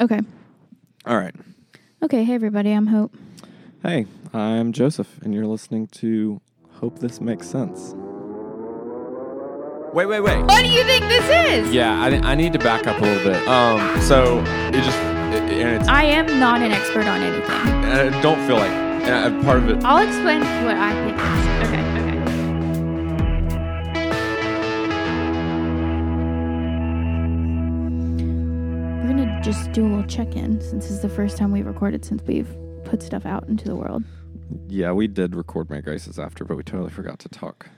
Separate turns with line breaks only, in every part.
Okay.
All right.
Okay. Hey, everybody. I'm Hope.
Hey, I'm Joseph, and you're listening to Hope This Makes Sense. Wait, wait, wait.
What do you think this is?
Yeah, I, I need to back up a little bit. Um, so it just it, and it's
I am not an expert on anything.
and I don't feel like and I, part of it.
I'll explain what I think is. Okay. Okay. We're gonna just do a little check-in since this is the first time we've recorded since we've put stuff out into the world.
Yeah, we did record my graces after, but we totally forgot to talk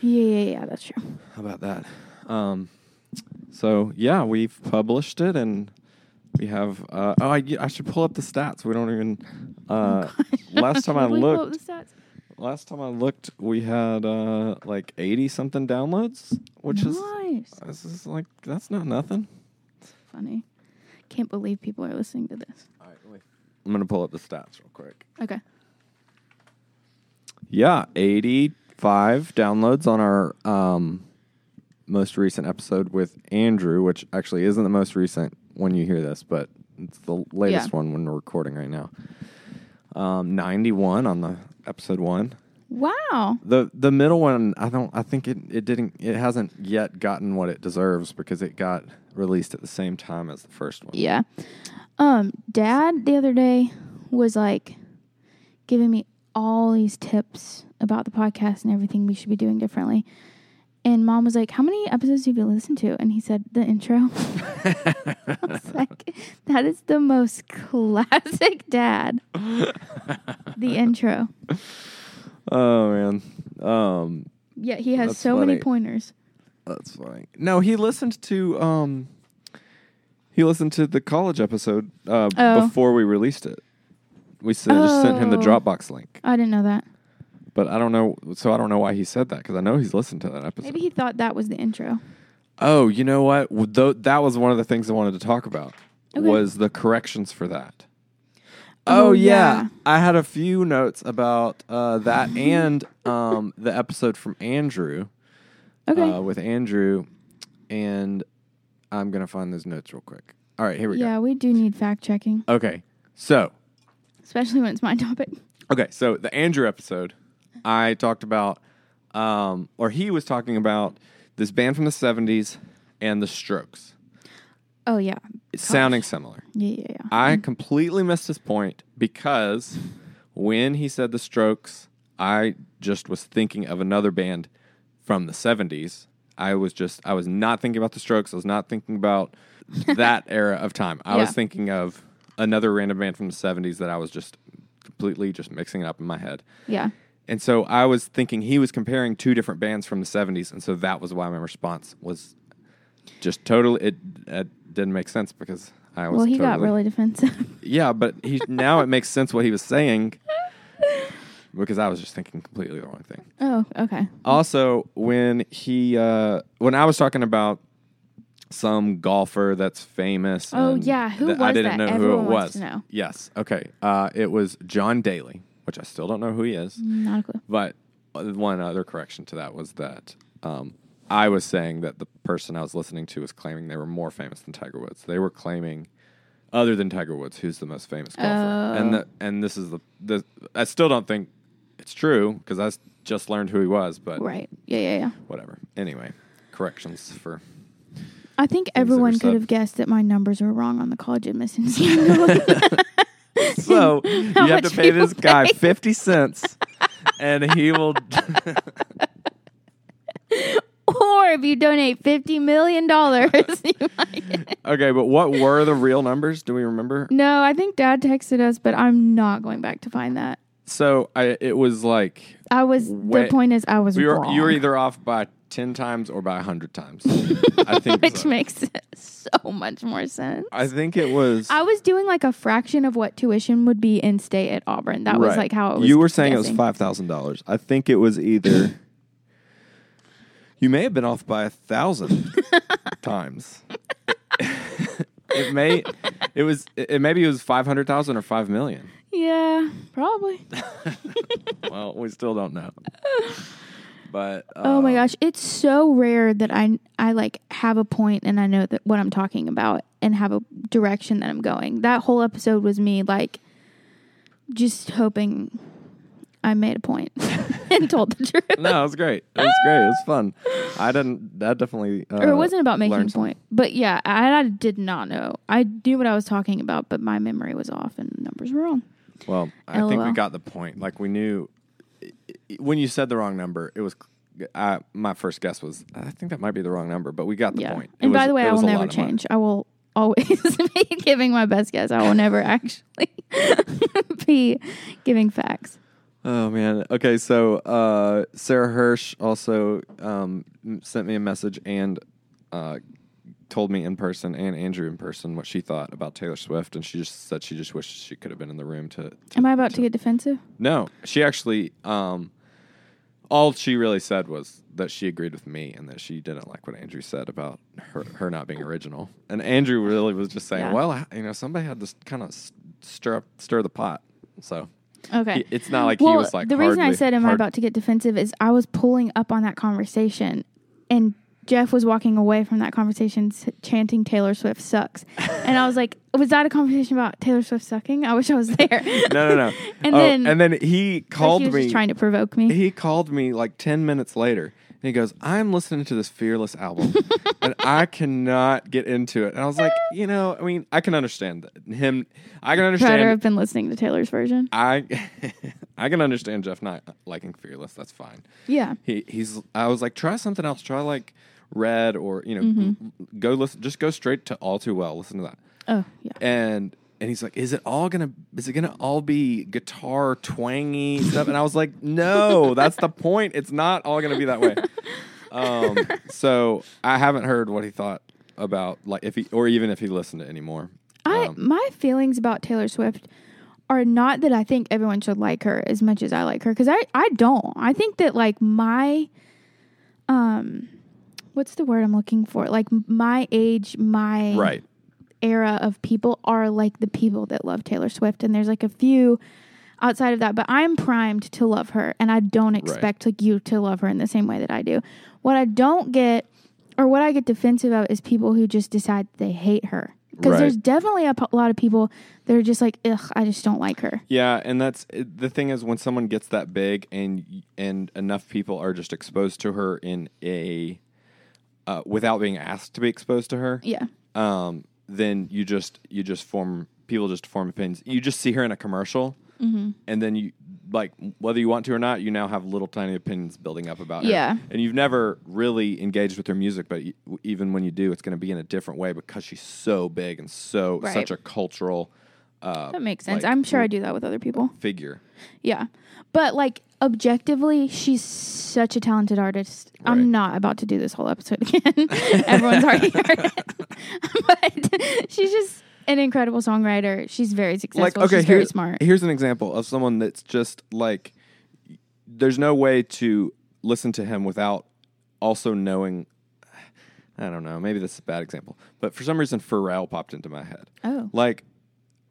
Yeah, yeah, yeah. That's true.
How about that. Um, so yeah, we've published it, and we have. Uh, oh, I, I should pull up the stats. We don't even. Uh, last time I
Should we pull up
looked,
the stats?
Last time I looked, we had uh, like eighty something downloads, which
nice.
is this is like that's not nothing.
Funny. Can't believe people are listening to this.
All right, I'm gonna pull up the stats real quick.
Okay.
Yeah, eighty five downloads on our um, most recent episode with Andrew, which actually isn't the most recent when you hear this, but it's the latest
Yeah.
one when we're recording right now. Um, ninety one on the episode one.
Wow.
The the middle one, I don't. I think it, it didn't. It hasn't yet gotten what it deserves because it got released at the same time as the first one.
Yeah. Um, dad the other day was like giving me all these tips about the podcast and everything we should be doing differently. And mom was like, How many episodes have you listened to? And he said, The intro. I was like, That is the most classic dad. the intro.
Oh man, um,
Yeah, he has
That's
so many
funny.
pointers.
that's funny. No, he listened to um, he listened to the college episode uh,
Oh.
before we released it. We s- just sent him the
Oh.
Dropbox link,
I didn't know that.
but I don't know. So I don't know why he said that because I know he's listened to that episode.
Maybe he thought that was the intro.
Oh, you know what? W- tho- that was one of the things I wanted to talk about
Okay.
was the corrections for that.
Oh,
Oh, yeah.
yeah.
I had a few notes about uh, that and um, the episode from Andrew
Okay.
uh, with Andrew, and I'm gonna find those notes real quick. All right, here we
yeah, we do need fact checking,
go. Okay, so
especially when it's my topic.
Okay, so the Andrew episode, I talked about, um, or he was talking about this band from the '70s and the Strokes,
Oh, yeah.
It's sounding similar.
Yeah, yeah, yeah.
I completely missed his point because when he said the Strokes, I just was thinking of another band from the 70s. I was just, I was not thinking about the Strokes. I was not thinking about that era of time. I was
Yeah.
thinking of another random band from the 70s that I was just completely just mixing it up in my head.
Yeah.
And so I was thinking he was comparing two different bands from the 70s. And so that was why my response was just totally, it, it didn't make sense because I was
Well, he got
totally-
really defensive.
yeah, but he now it makes sense what he was saying because I was just thinking completely the wrong thing.
oh, okay.
Also, when he uh when I was talking about some golfer that's famous.
Oh,
and
yeah, who
that I
was
didn't
that?
know
Everyone
who
wants
it was.
to know.
Yes. Okay. Uh, it was John Daly, which I still don't know who he is.
Not a clue.
But uh, one other correction to that was that um, I was saying that the person I was listening to was claiming they were more famous than Tiger Woods. They were claiming, other than Tiger Woods, who's the most famous golfer. And
Oh.
the, and this is the, the I still don't think it's true because I s- just learned who he was. But
Right. Yeah, yeah, yeah.
whatever. Anyway, corrections for
I think
that were
everyone
said.
could have guessed that my numbers were wrong on the college admission scandal.
so you have to
much
pay
people
this guy
pay?
fifty cents, and he will.
or if you donate $50 million, you might.
okay, but what were the real numbers? Do we remember?
No, I think dad texted us, but I'm not going back to find that.
So I, it was like
I was,
Wait.
the point is, I was
We were
wrong.
you were either off by ten times or by hundred times. I think
which
so.
makes so much more sense.
I think it was.
I was doing like a fraction of what tuition would be in state at Auburn. That was
Right.
like how it was.
you were saying it was
guessing.
five thousand dollars. I think it was either. you may have been off by a thousand times. it may. It was. It, maybe it was five hundred thousand or five million.
Yeah, probably.
Well, we still don't know. But uh,
Oh my gosh, it's so rare that I I like have a point and I know that what I'm talking about and have a direction that I'm going. That whole episode was me like just hoping I made a point and told the truth.
no, it was great. It was great. It was fun. I didn't. That definitely. Uh,
or it wasn't about making a
learned some-
point. But yeah, I, I did not know. I knew what I was talking about, but my memory was off and the numbers were wrong.
Well, I think we
LOL.
got the point. Like we knew when you said the wrong number, it was. I, my first guess was I think that might be the wrong number, but we got the
Yeah.
point. It
And by
was-
the way,
it
I
was
will
a
never
lot of money.
change. I will always be giving my best guess. I will never actually be giving facts.
Oh man. Okay, so uh, Sarah Hirsch also um, m- sent me a message and uh, told me in person and Andrew in person what she thought about Taylor Swift, and she just said she just wished she could have been in the room to. to-
Am I about to get defensive?
No, she actually. Um, all she really said was that she agreed with me and that she didn't like what Andrew said about her, her not being original. And Andrew really was just saying,
Yeah.
"Well, I- you know, somebody had to kind of stir up, stir the pot." So
Okay.
he- it's not like
Eh, well,
he was like
the reason I
hardly-
said am I
hard-
about to get defensive is I was pulling up on that conversation and Jeff was walking away from that conversation s- chanting Taylor Swift sucks. and I was like, was that a conversation about Taylor Swift sucking? I wish I was there.
no, no, no.
And
Oh,
then-
and then he
he
called
was
me.
just trying to provoke me.
he called me like ten minutes later, and he goes, "I'm listening to this Fearless album, and I cannot get into it." And I was like, you know, I mean, I can understand that. him. I can
Better
understand.
have been listening to Taylor's version.
I I can understand Jeff not liking Fearless. That's fine.
Yeah.
He he's. I was like, try something else. Try like Red or you know, go listen. Just go straight to All Too Well. Listen to that
Oh, yeah.
and and he's like, "Is it all gonna? Is it gonna all be guitar twangy stuff?" And I was like, "No, that's the point. It's not all gonna be that way." Um, so I haven't heard what he thought about like if he or even if he listened to anymore.
I
Um,
my feelings about Taylor Swift are not that I think everyone should like her as much as I like her because I I don't. I think that like my um what's the word I'm looking for? Like m- my age, my
right.
era of people are like the people that love Taylor Swift and there's like a few outside of that, but I'm primed to love her and I don't expect like you to love her in the same way that I do. What I don't get or what I get defensive of is people who just decide they hate her. Because
Right.
there's definitely a p- lot of people that are just like, ugh, I just don't like her.
Yeah, and that's it- the thing is when someone gets that big and y- and enough people are just exposed to her in a uh, without being asked to be exposed to her.
Yeah.
um, then you just you just form people just form opinions. You just see her in a commercial,
Mm-hmm.
and then you like whether you want to or not, you now have little tiny opinions building up about
Yeah.
her. And you've never really engaged with her music, but you, even when you do, it's going to be in a different way because she's so big and so
Right.
such a cultural uh,
That makes sense.
like,
I'm sure I do that with other people.
figure.
Yeah. But like objectively, she's such a talented artist.
Right.
I'm not about to do this whole episode again. Everyone's already heard it. but she's just an incredible songwriter. She's very successful.
like okay,
she's very
here's
smart.
here's an example of someone that's just like there's no way to listen to him without also knowing. I don't know. Maybe this is a bad example, but for some reason, Pharrell popped into my head.
Oh.
Like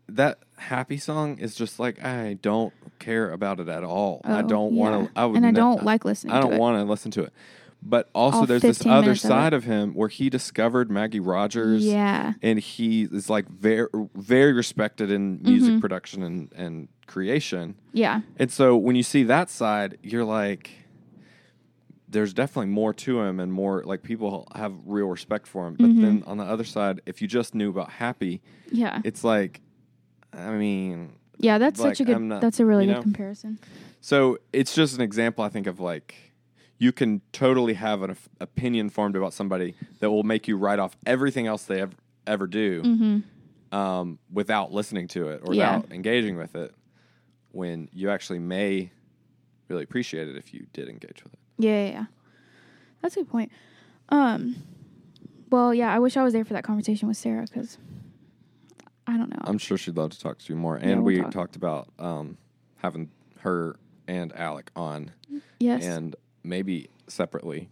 that happy song is just like I don't care about it at all. I
Oh,
don't want
yeah.
to. I would
And I
ne-
don't like listening
I
to
don't
it.
want to listen to it. But also,
All
there's this
15
other
minutes of it.
side of him where he discovered Maggie Rogers
Yeah.
and he is like very very respected in music production and and creation
Yeah.
and so when you see that side you're like there's definitely more to him and more like people have real respect for him but then on the other side if you just knew about happy
Yeah.
it's like i mean
Yeah. That's
like,
such a good,
I'm not-
that's a really
you
good
know?
comparison.
so it's just an example i think of like you can totally have an op- opinion formed about somebody that will make you write off everything else they ever, ever do
Mm-hmm.
um, without listening to it or
Yeah.
without engaging with it when you actually may really appreciate it if you did engage with it.
Yeah, yeah, yeah. That's a good point. Um, well, yeah, I wish I was there for that conversation with Sarah because I don't know.
I'm sure she'd love to talk to you more. And
Yeah, we'll
we
talk.
talked about um, having her and Alec on
yes.
and maybe separately.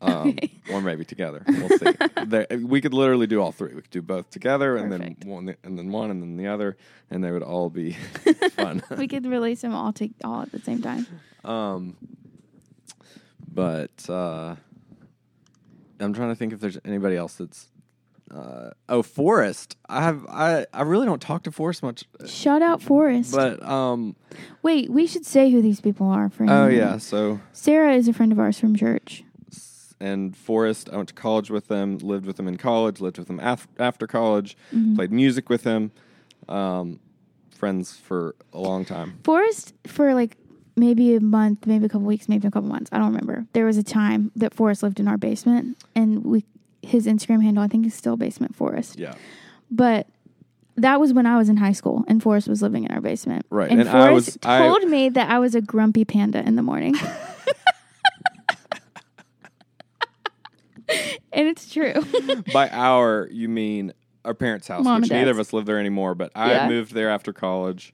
Um,
Okay.
Or maybe together. We'll see. There- we could literally do all three. We could do both together, and
Perfect.
then one, and then one, and then the other, and they would all be fun.
we could release them all to all at the same time.
Um, But uh, I'm trying to think if there's anybody else that's. Uh, oh, Forrest. I have. I, I really don't talk to Forrest much,
Shout out Forrest.
but um.
Wait, we should say who these people are. For
Oh
anyone.
yeah. So
Sarah is a friend of ours from church.
and Forrest. I went to college with them, lived with them in college, lived with them af- after college, played music with them, um, friends for a long time.
Forrest for like maybe a month, maybe a couple weeks, maybe a couple months. I don't remember. There was a time that Forrest lived in our basement, and we his Instagram handle I think is still basement Forrest.
Yeah,
But that was when I was in high school, and Forrest was living in our basement.
Right,
and,
and I
Forrest
was- I-
told me that I was a grumpy panda in the morning. and it's true.
by our you mean our parents' house,
Mom
which
and
neither of
Dad's.
us live there anymore. But I
Yeah.
moved there after college.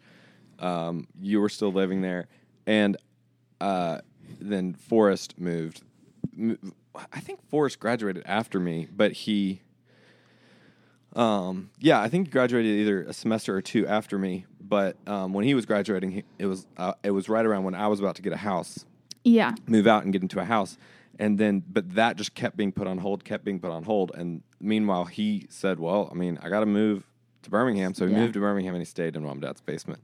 Um, you were still living there, and uh, then Forrest moved. M- I think Forrest graduated after me, but he. Um, yeah, I think he graduated either a semester or two after me. But um, when he was graduating, he, it was uh, it was right around when I was about to get a house
yeah.
move out and get into a house. And then, but that just kept being put on hold, kept being put on hold. And meanwhile, he said, Well, I mean, I got to move to Birmingham. So he
Yeah.
moved to Birmingham and he stayed in mom and dad's basement.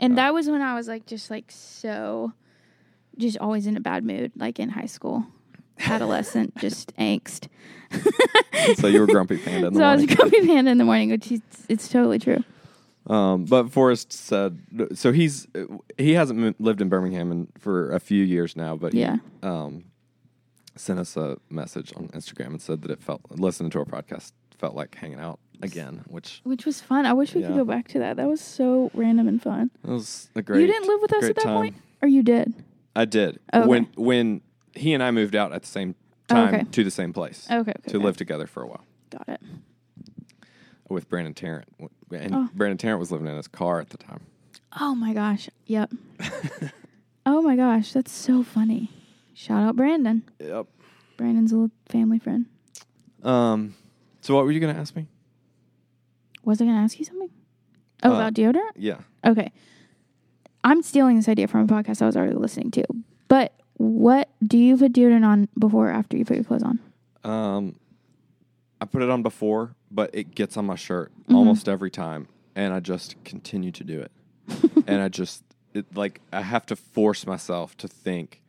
And that was when I was like, just like so, just always in a bad mood, like in high school, adolescent, just angst.
So you were grumpy panda in the
so I was a
morning.
grumpy panda in the morning, which is, it's totally true.
Um, but Forrest said, So he's, he hasn't mo- lived in Birmingham in, for a few years now, but
Yeah.
he um, sent us a message on Instagram and said that it felt, listening to our podcast felt like hanging out again, which
Which was fun. I wish we could
Yeah.
go back to that. That was so random and fun.
was a great
you didn't live with us
great
at that
time.
point, or you did?
I did.
Okay. Oh,
When when he and I moved out at the same time
Okay.
to the same place
Okay, okay,
to
okay.
live together for a while
Got it.
with Brandon Tarrant. And
Oh.
Brandon Tarrant was living in his car at the time.
Oh my gosh. Yep. oh my gosh, that's so funny. Shout out Brandon.
Yep.
Brandon's a little family friend.
Um. So what were you gonna ask me?
Was I gonna ask you something? Oh,
Uh,
about deodorant.
Yeah.
Okay. I'm stealing this idea from a podcast I was already listening to. But what do you put deodorant on before or after you put your clothes on?
Um. I put it on before, but it gets on my shirt
Mm-hmm.
almost every time, and I just continue to do it. and I just it, like I have to force myself to think.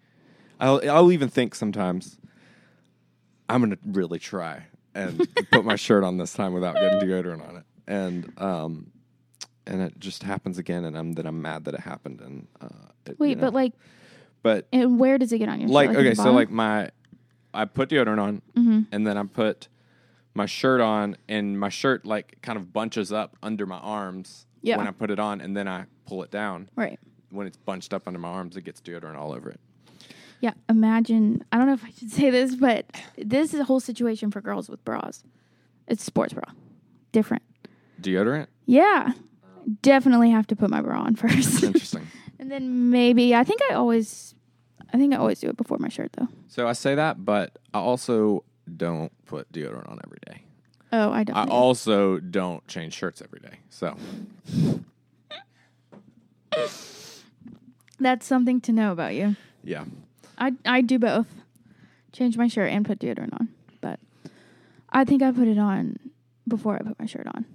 I'll I'll even think sometimes. I'm gonna really try and put my shirt on this time without getting deodorant on it, and um, and it just happens again, and I'm then I'm mad that it happened, and uh, it-
Wait,
you know.
but like,
but
and where does it get on your
like
shirt? at
okay,
the
so
bottom?
like my I put deodorant on,
Mm-hmm.
and then I put my shirt on, and my shirt like kind of bunches up under my arms
Yeah.
when I put it on, and then I pull it down,
right.
when it's bunched up under my arms, it gets deodorant all over it.
Yeah. Imagine. I don't know if I should say this, but this is a whole situation for girls with bras. It's sports bra. Different.
Deodorant?
Yeah. Um, Definitely have to put my bra on first,
Interesting.
and then maybe I think I always, I think I always do it before my shirt though.
so I say that, but I also don't put deodorant on every day.
Oh, I
I
definitely. do.
also don't change shirts every day. So
That's something to know about you.
yeah.
I I do both. Change my shirt and put deodorant on. But I think I put it on before I put my shirt on.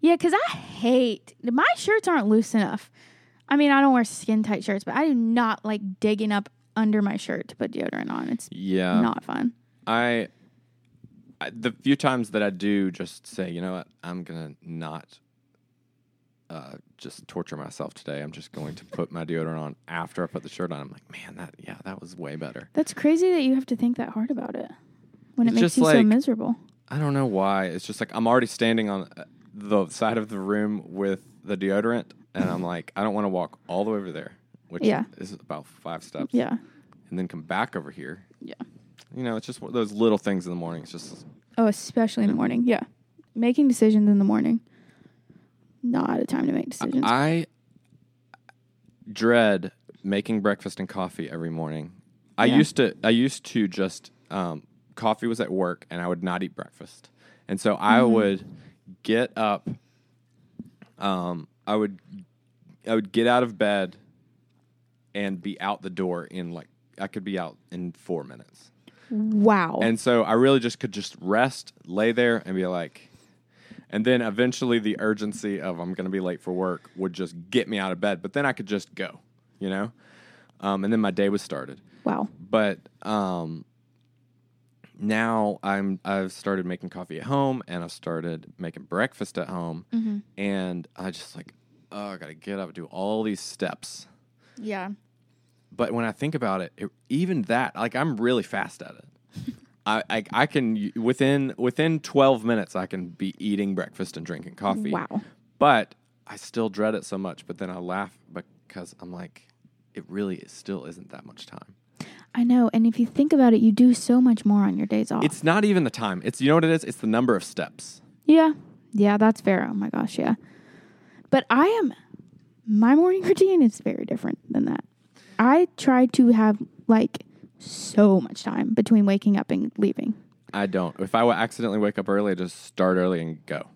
Yeah, cuz I hate my shirts aren't loose enough. I mean, I don't wear skin tight shirts, but I do not like digging up under my shirt to put deodorant on. It's
Yeah.
not fun.
I, I the few times that I do just say, you know what, I'm gonna not uh, just torture myself today. I'm just going to put my deodorant on after I put the shirt on. I'm like, man, that yeah, that was way better.
That's crazy that you have to think that hard about it when it
It's
makes
just
you so
like-
miserable.
I don't know why. It's just like I'm already standing on uh, the side of the room with the deodorant, and I'm like, I don't want to walk all the way over there, which
Yeah.
is about five steps.
Yeah.
And then come back over here.
Yeah.
You know, it's just one of those little things in the morning. It's just,
Oh, especially in the morning. Yeah. Making decisions in the morning. Not a time to make decisions.
I dread making breakfast and coffee every morning. I
Yeah.
used to, I used to just, um, coffee was at work and I would not eat breakfast. And so I would get up, um, I would I would get out of bed and be out the door in like I could be out in four minutes.
Wow.
And so I really just could just rest, lay there, and be like, and then eventually the urgency of I'm going to be late for work would just get me out of bed. But then I could just go, you know? Um, and then my day was started.
wow.
But um, now I'm I've started making coffee at home and I've started making breakfast at home. And I just like, oh, I got to get up, do all these steps
Yeah.
but when I think about it, it even that, like I'm really fast at it. I, I I can within within 12 minutes I can be eating breakfast and drinking coffee.
Wow.
But I still dread it so much, but then I laugh because I'm like it really is still isn't that much time.
I know. And if you think about it, you do so much more on your days off.
It's not even the time. It's you know what it is? It's the number of steps.
yeah. Yeah, that's fair. Oh my gosh, yeah. But I am my morning routine is very different than that. I try to have like so much time between waking up and leaving.
I don't. If I wa- accidentally wake up early, I just start early and go.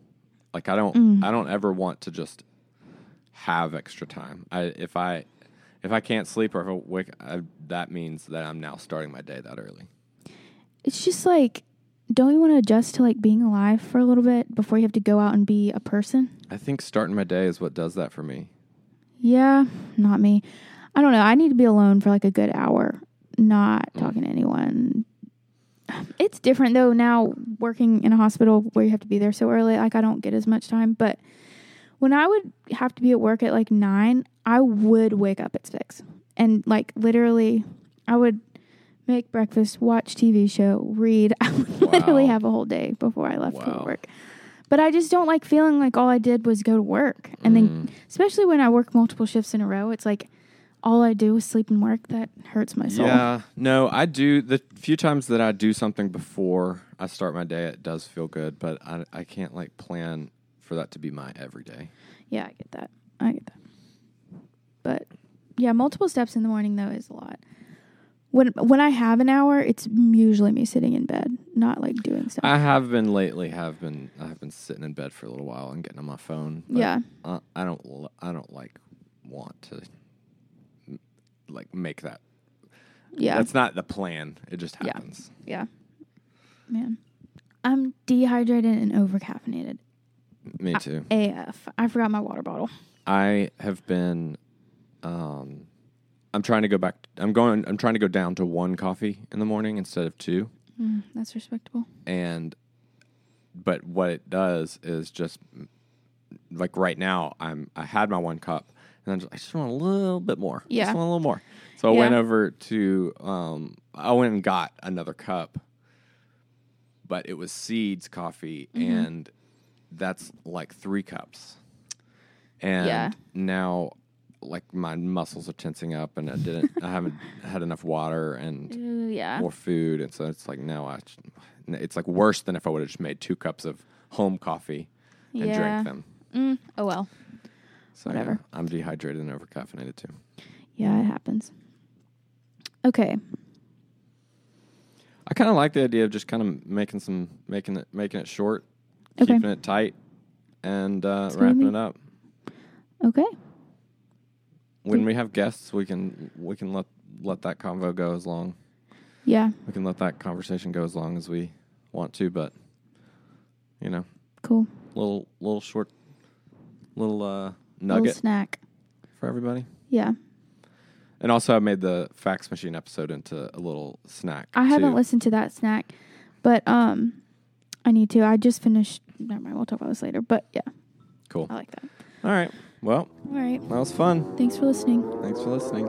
Like I don't. I don't ever want to just have extra time. I if I if I can't sleep or if I wake, I, that means that I'm now starting my day that early.
It's just like don't you want to adjust to like being alive for a little bit before you have to go out and be a person?
I think starting my day is what does that for me.
Yeah, not me. I don't know. I need to be alone for like a good hour, not talking to anyone. It's different though now working in a hospital where you have to be there so early. Like I don't get as much time, but when I would have to be at work at like 9, I would wake up at 6. And like literally I would make breakfast, watch TV show, read. I would
Wow.
literally have a whole day before I left
Wow.
for work. But I just don't like feeling like all I did was go to work. And
Mm.
then, especially when I work multiple shifts in a row, it's like all I do is sleep and work. That hurts my soul.
Yeah. No, I do. The few times that I do something before I start my day, it does feel good. But I I can't like plan for that to be my everyday.
Yeah, I get that. I get that. But yeah, multiple steps in the morning though is a lot. When when I have an hour, it's usually me sitting in bed, not like doing stuff.
I have been lately. Have been. I've been sitting in bed for a little while and getting on my phone. but
Yeah.
I, I don't. l- I don't like want to m- like make that.
yeah,
That's not the plan. It just
Yeah.
happens.
yeah. Man, I'm dehydrated and overcaffeinated.
Me too.
AF. I forgot my water bottle.
I have been. Um, I'm trying to go back. I'm going. I'm trying to go down to one coffee in the morning instead of two.
Mm, that's respectable.
and but what it does is just like right now I'm I had my one cup and I'm just, I just want a little bit more.
Yeah.
just want a little more. So I
Yeah.
went over to um I went and got another cup, but it was seeds coffee
Mm-hmm.
and that's like three cups. And
Yeah.
now like my muscles are tensing up and I didn't I haven't had enough water and
Ooh, yeah.
more food, and so it's like no, I, sh- n- it's like worse than if I would have just made two cups of home coffee and
Yeah.
drank them.
Mm, oh well.
So yeah,
Whatever.
I'm dehydrated and overcaffeinated too.
Yeah, it happens. Okay.
I kind of like the idea of just kind of making some making it making it short,
Okay.
keeping it tight, and uh,
That's what I
wrapping
mean.
it up.
Okay.
When we have guests, we can we can let let that convo go as long.
Yeah.
We can let that conversation go as long as we want to, but you know,
Cool.
little little short, little uh,
Little
nugget
snack.
for everybody.
Yeah.
And also, I made the fax machine episode into a little snack.
I haven't
too.
listened to that snack, but um, I need to. I just finished. Never mind. We'll talk about this later. But yeah,
Cool.
I like that.
All right. Well,
All right.
that was fun.
Thanks for listening.
Thanks for listening.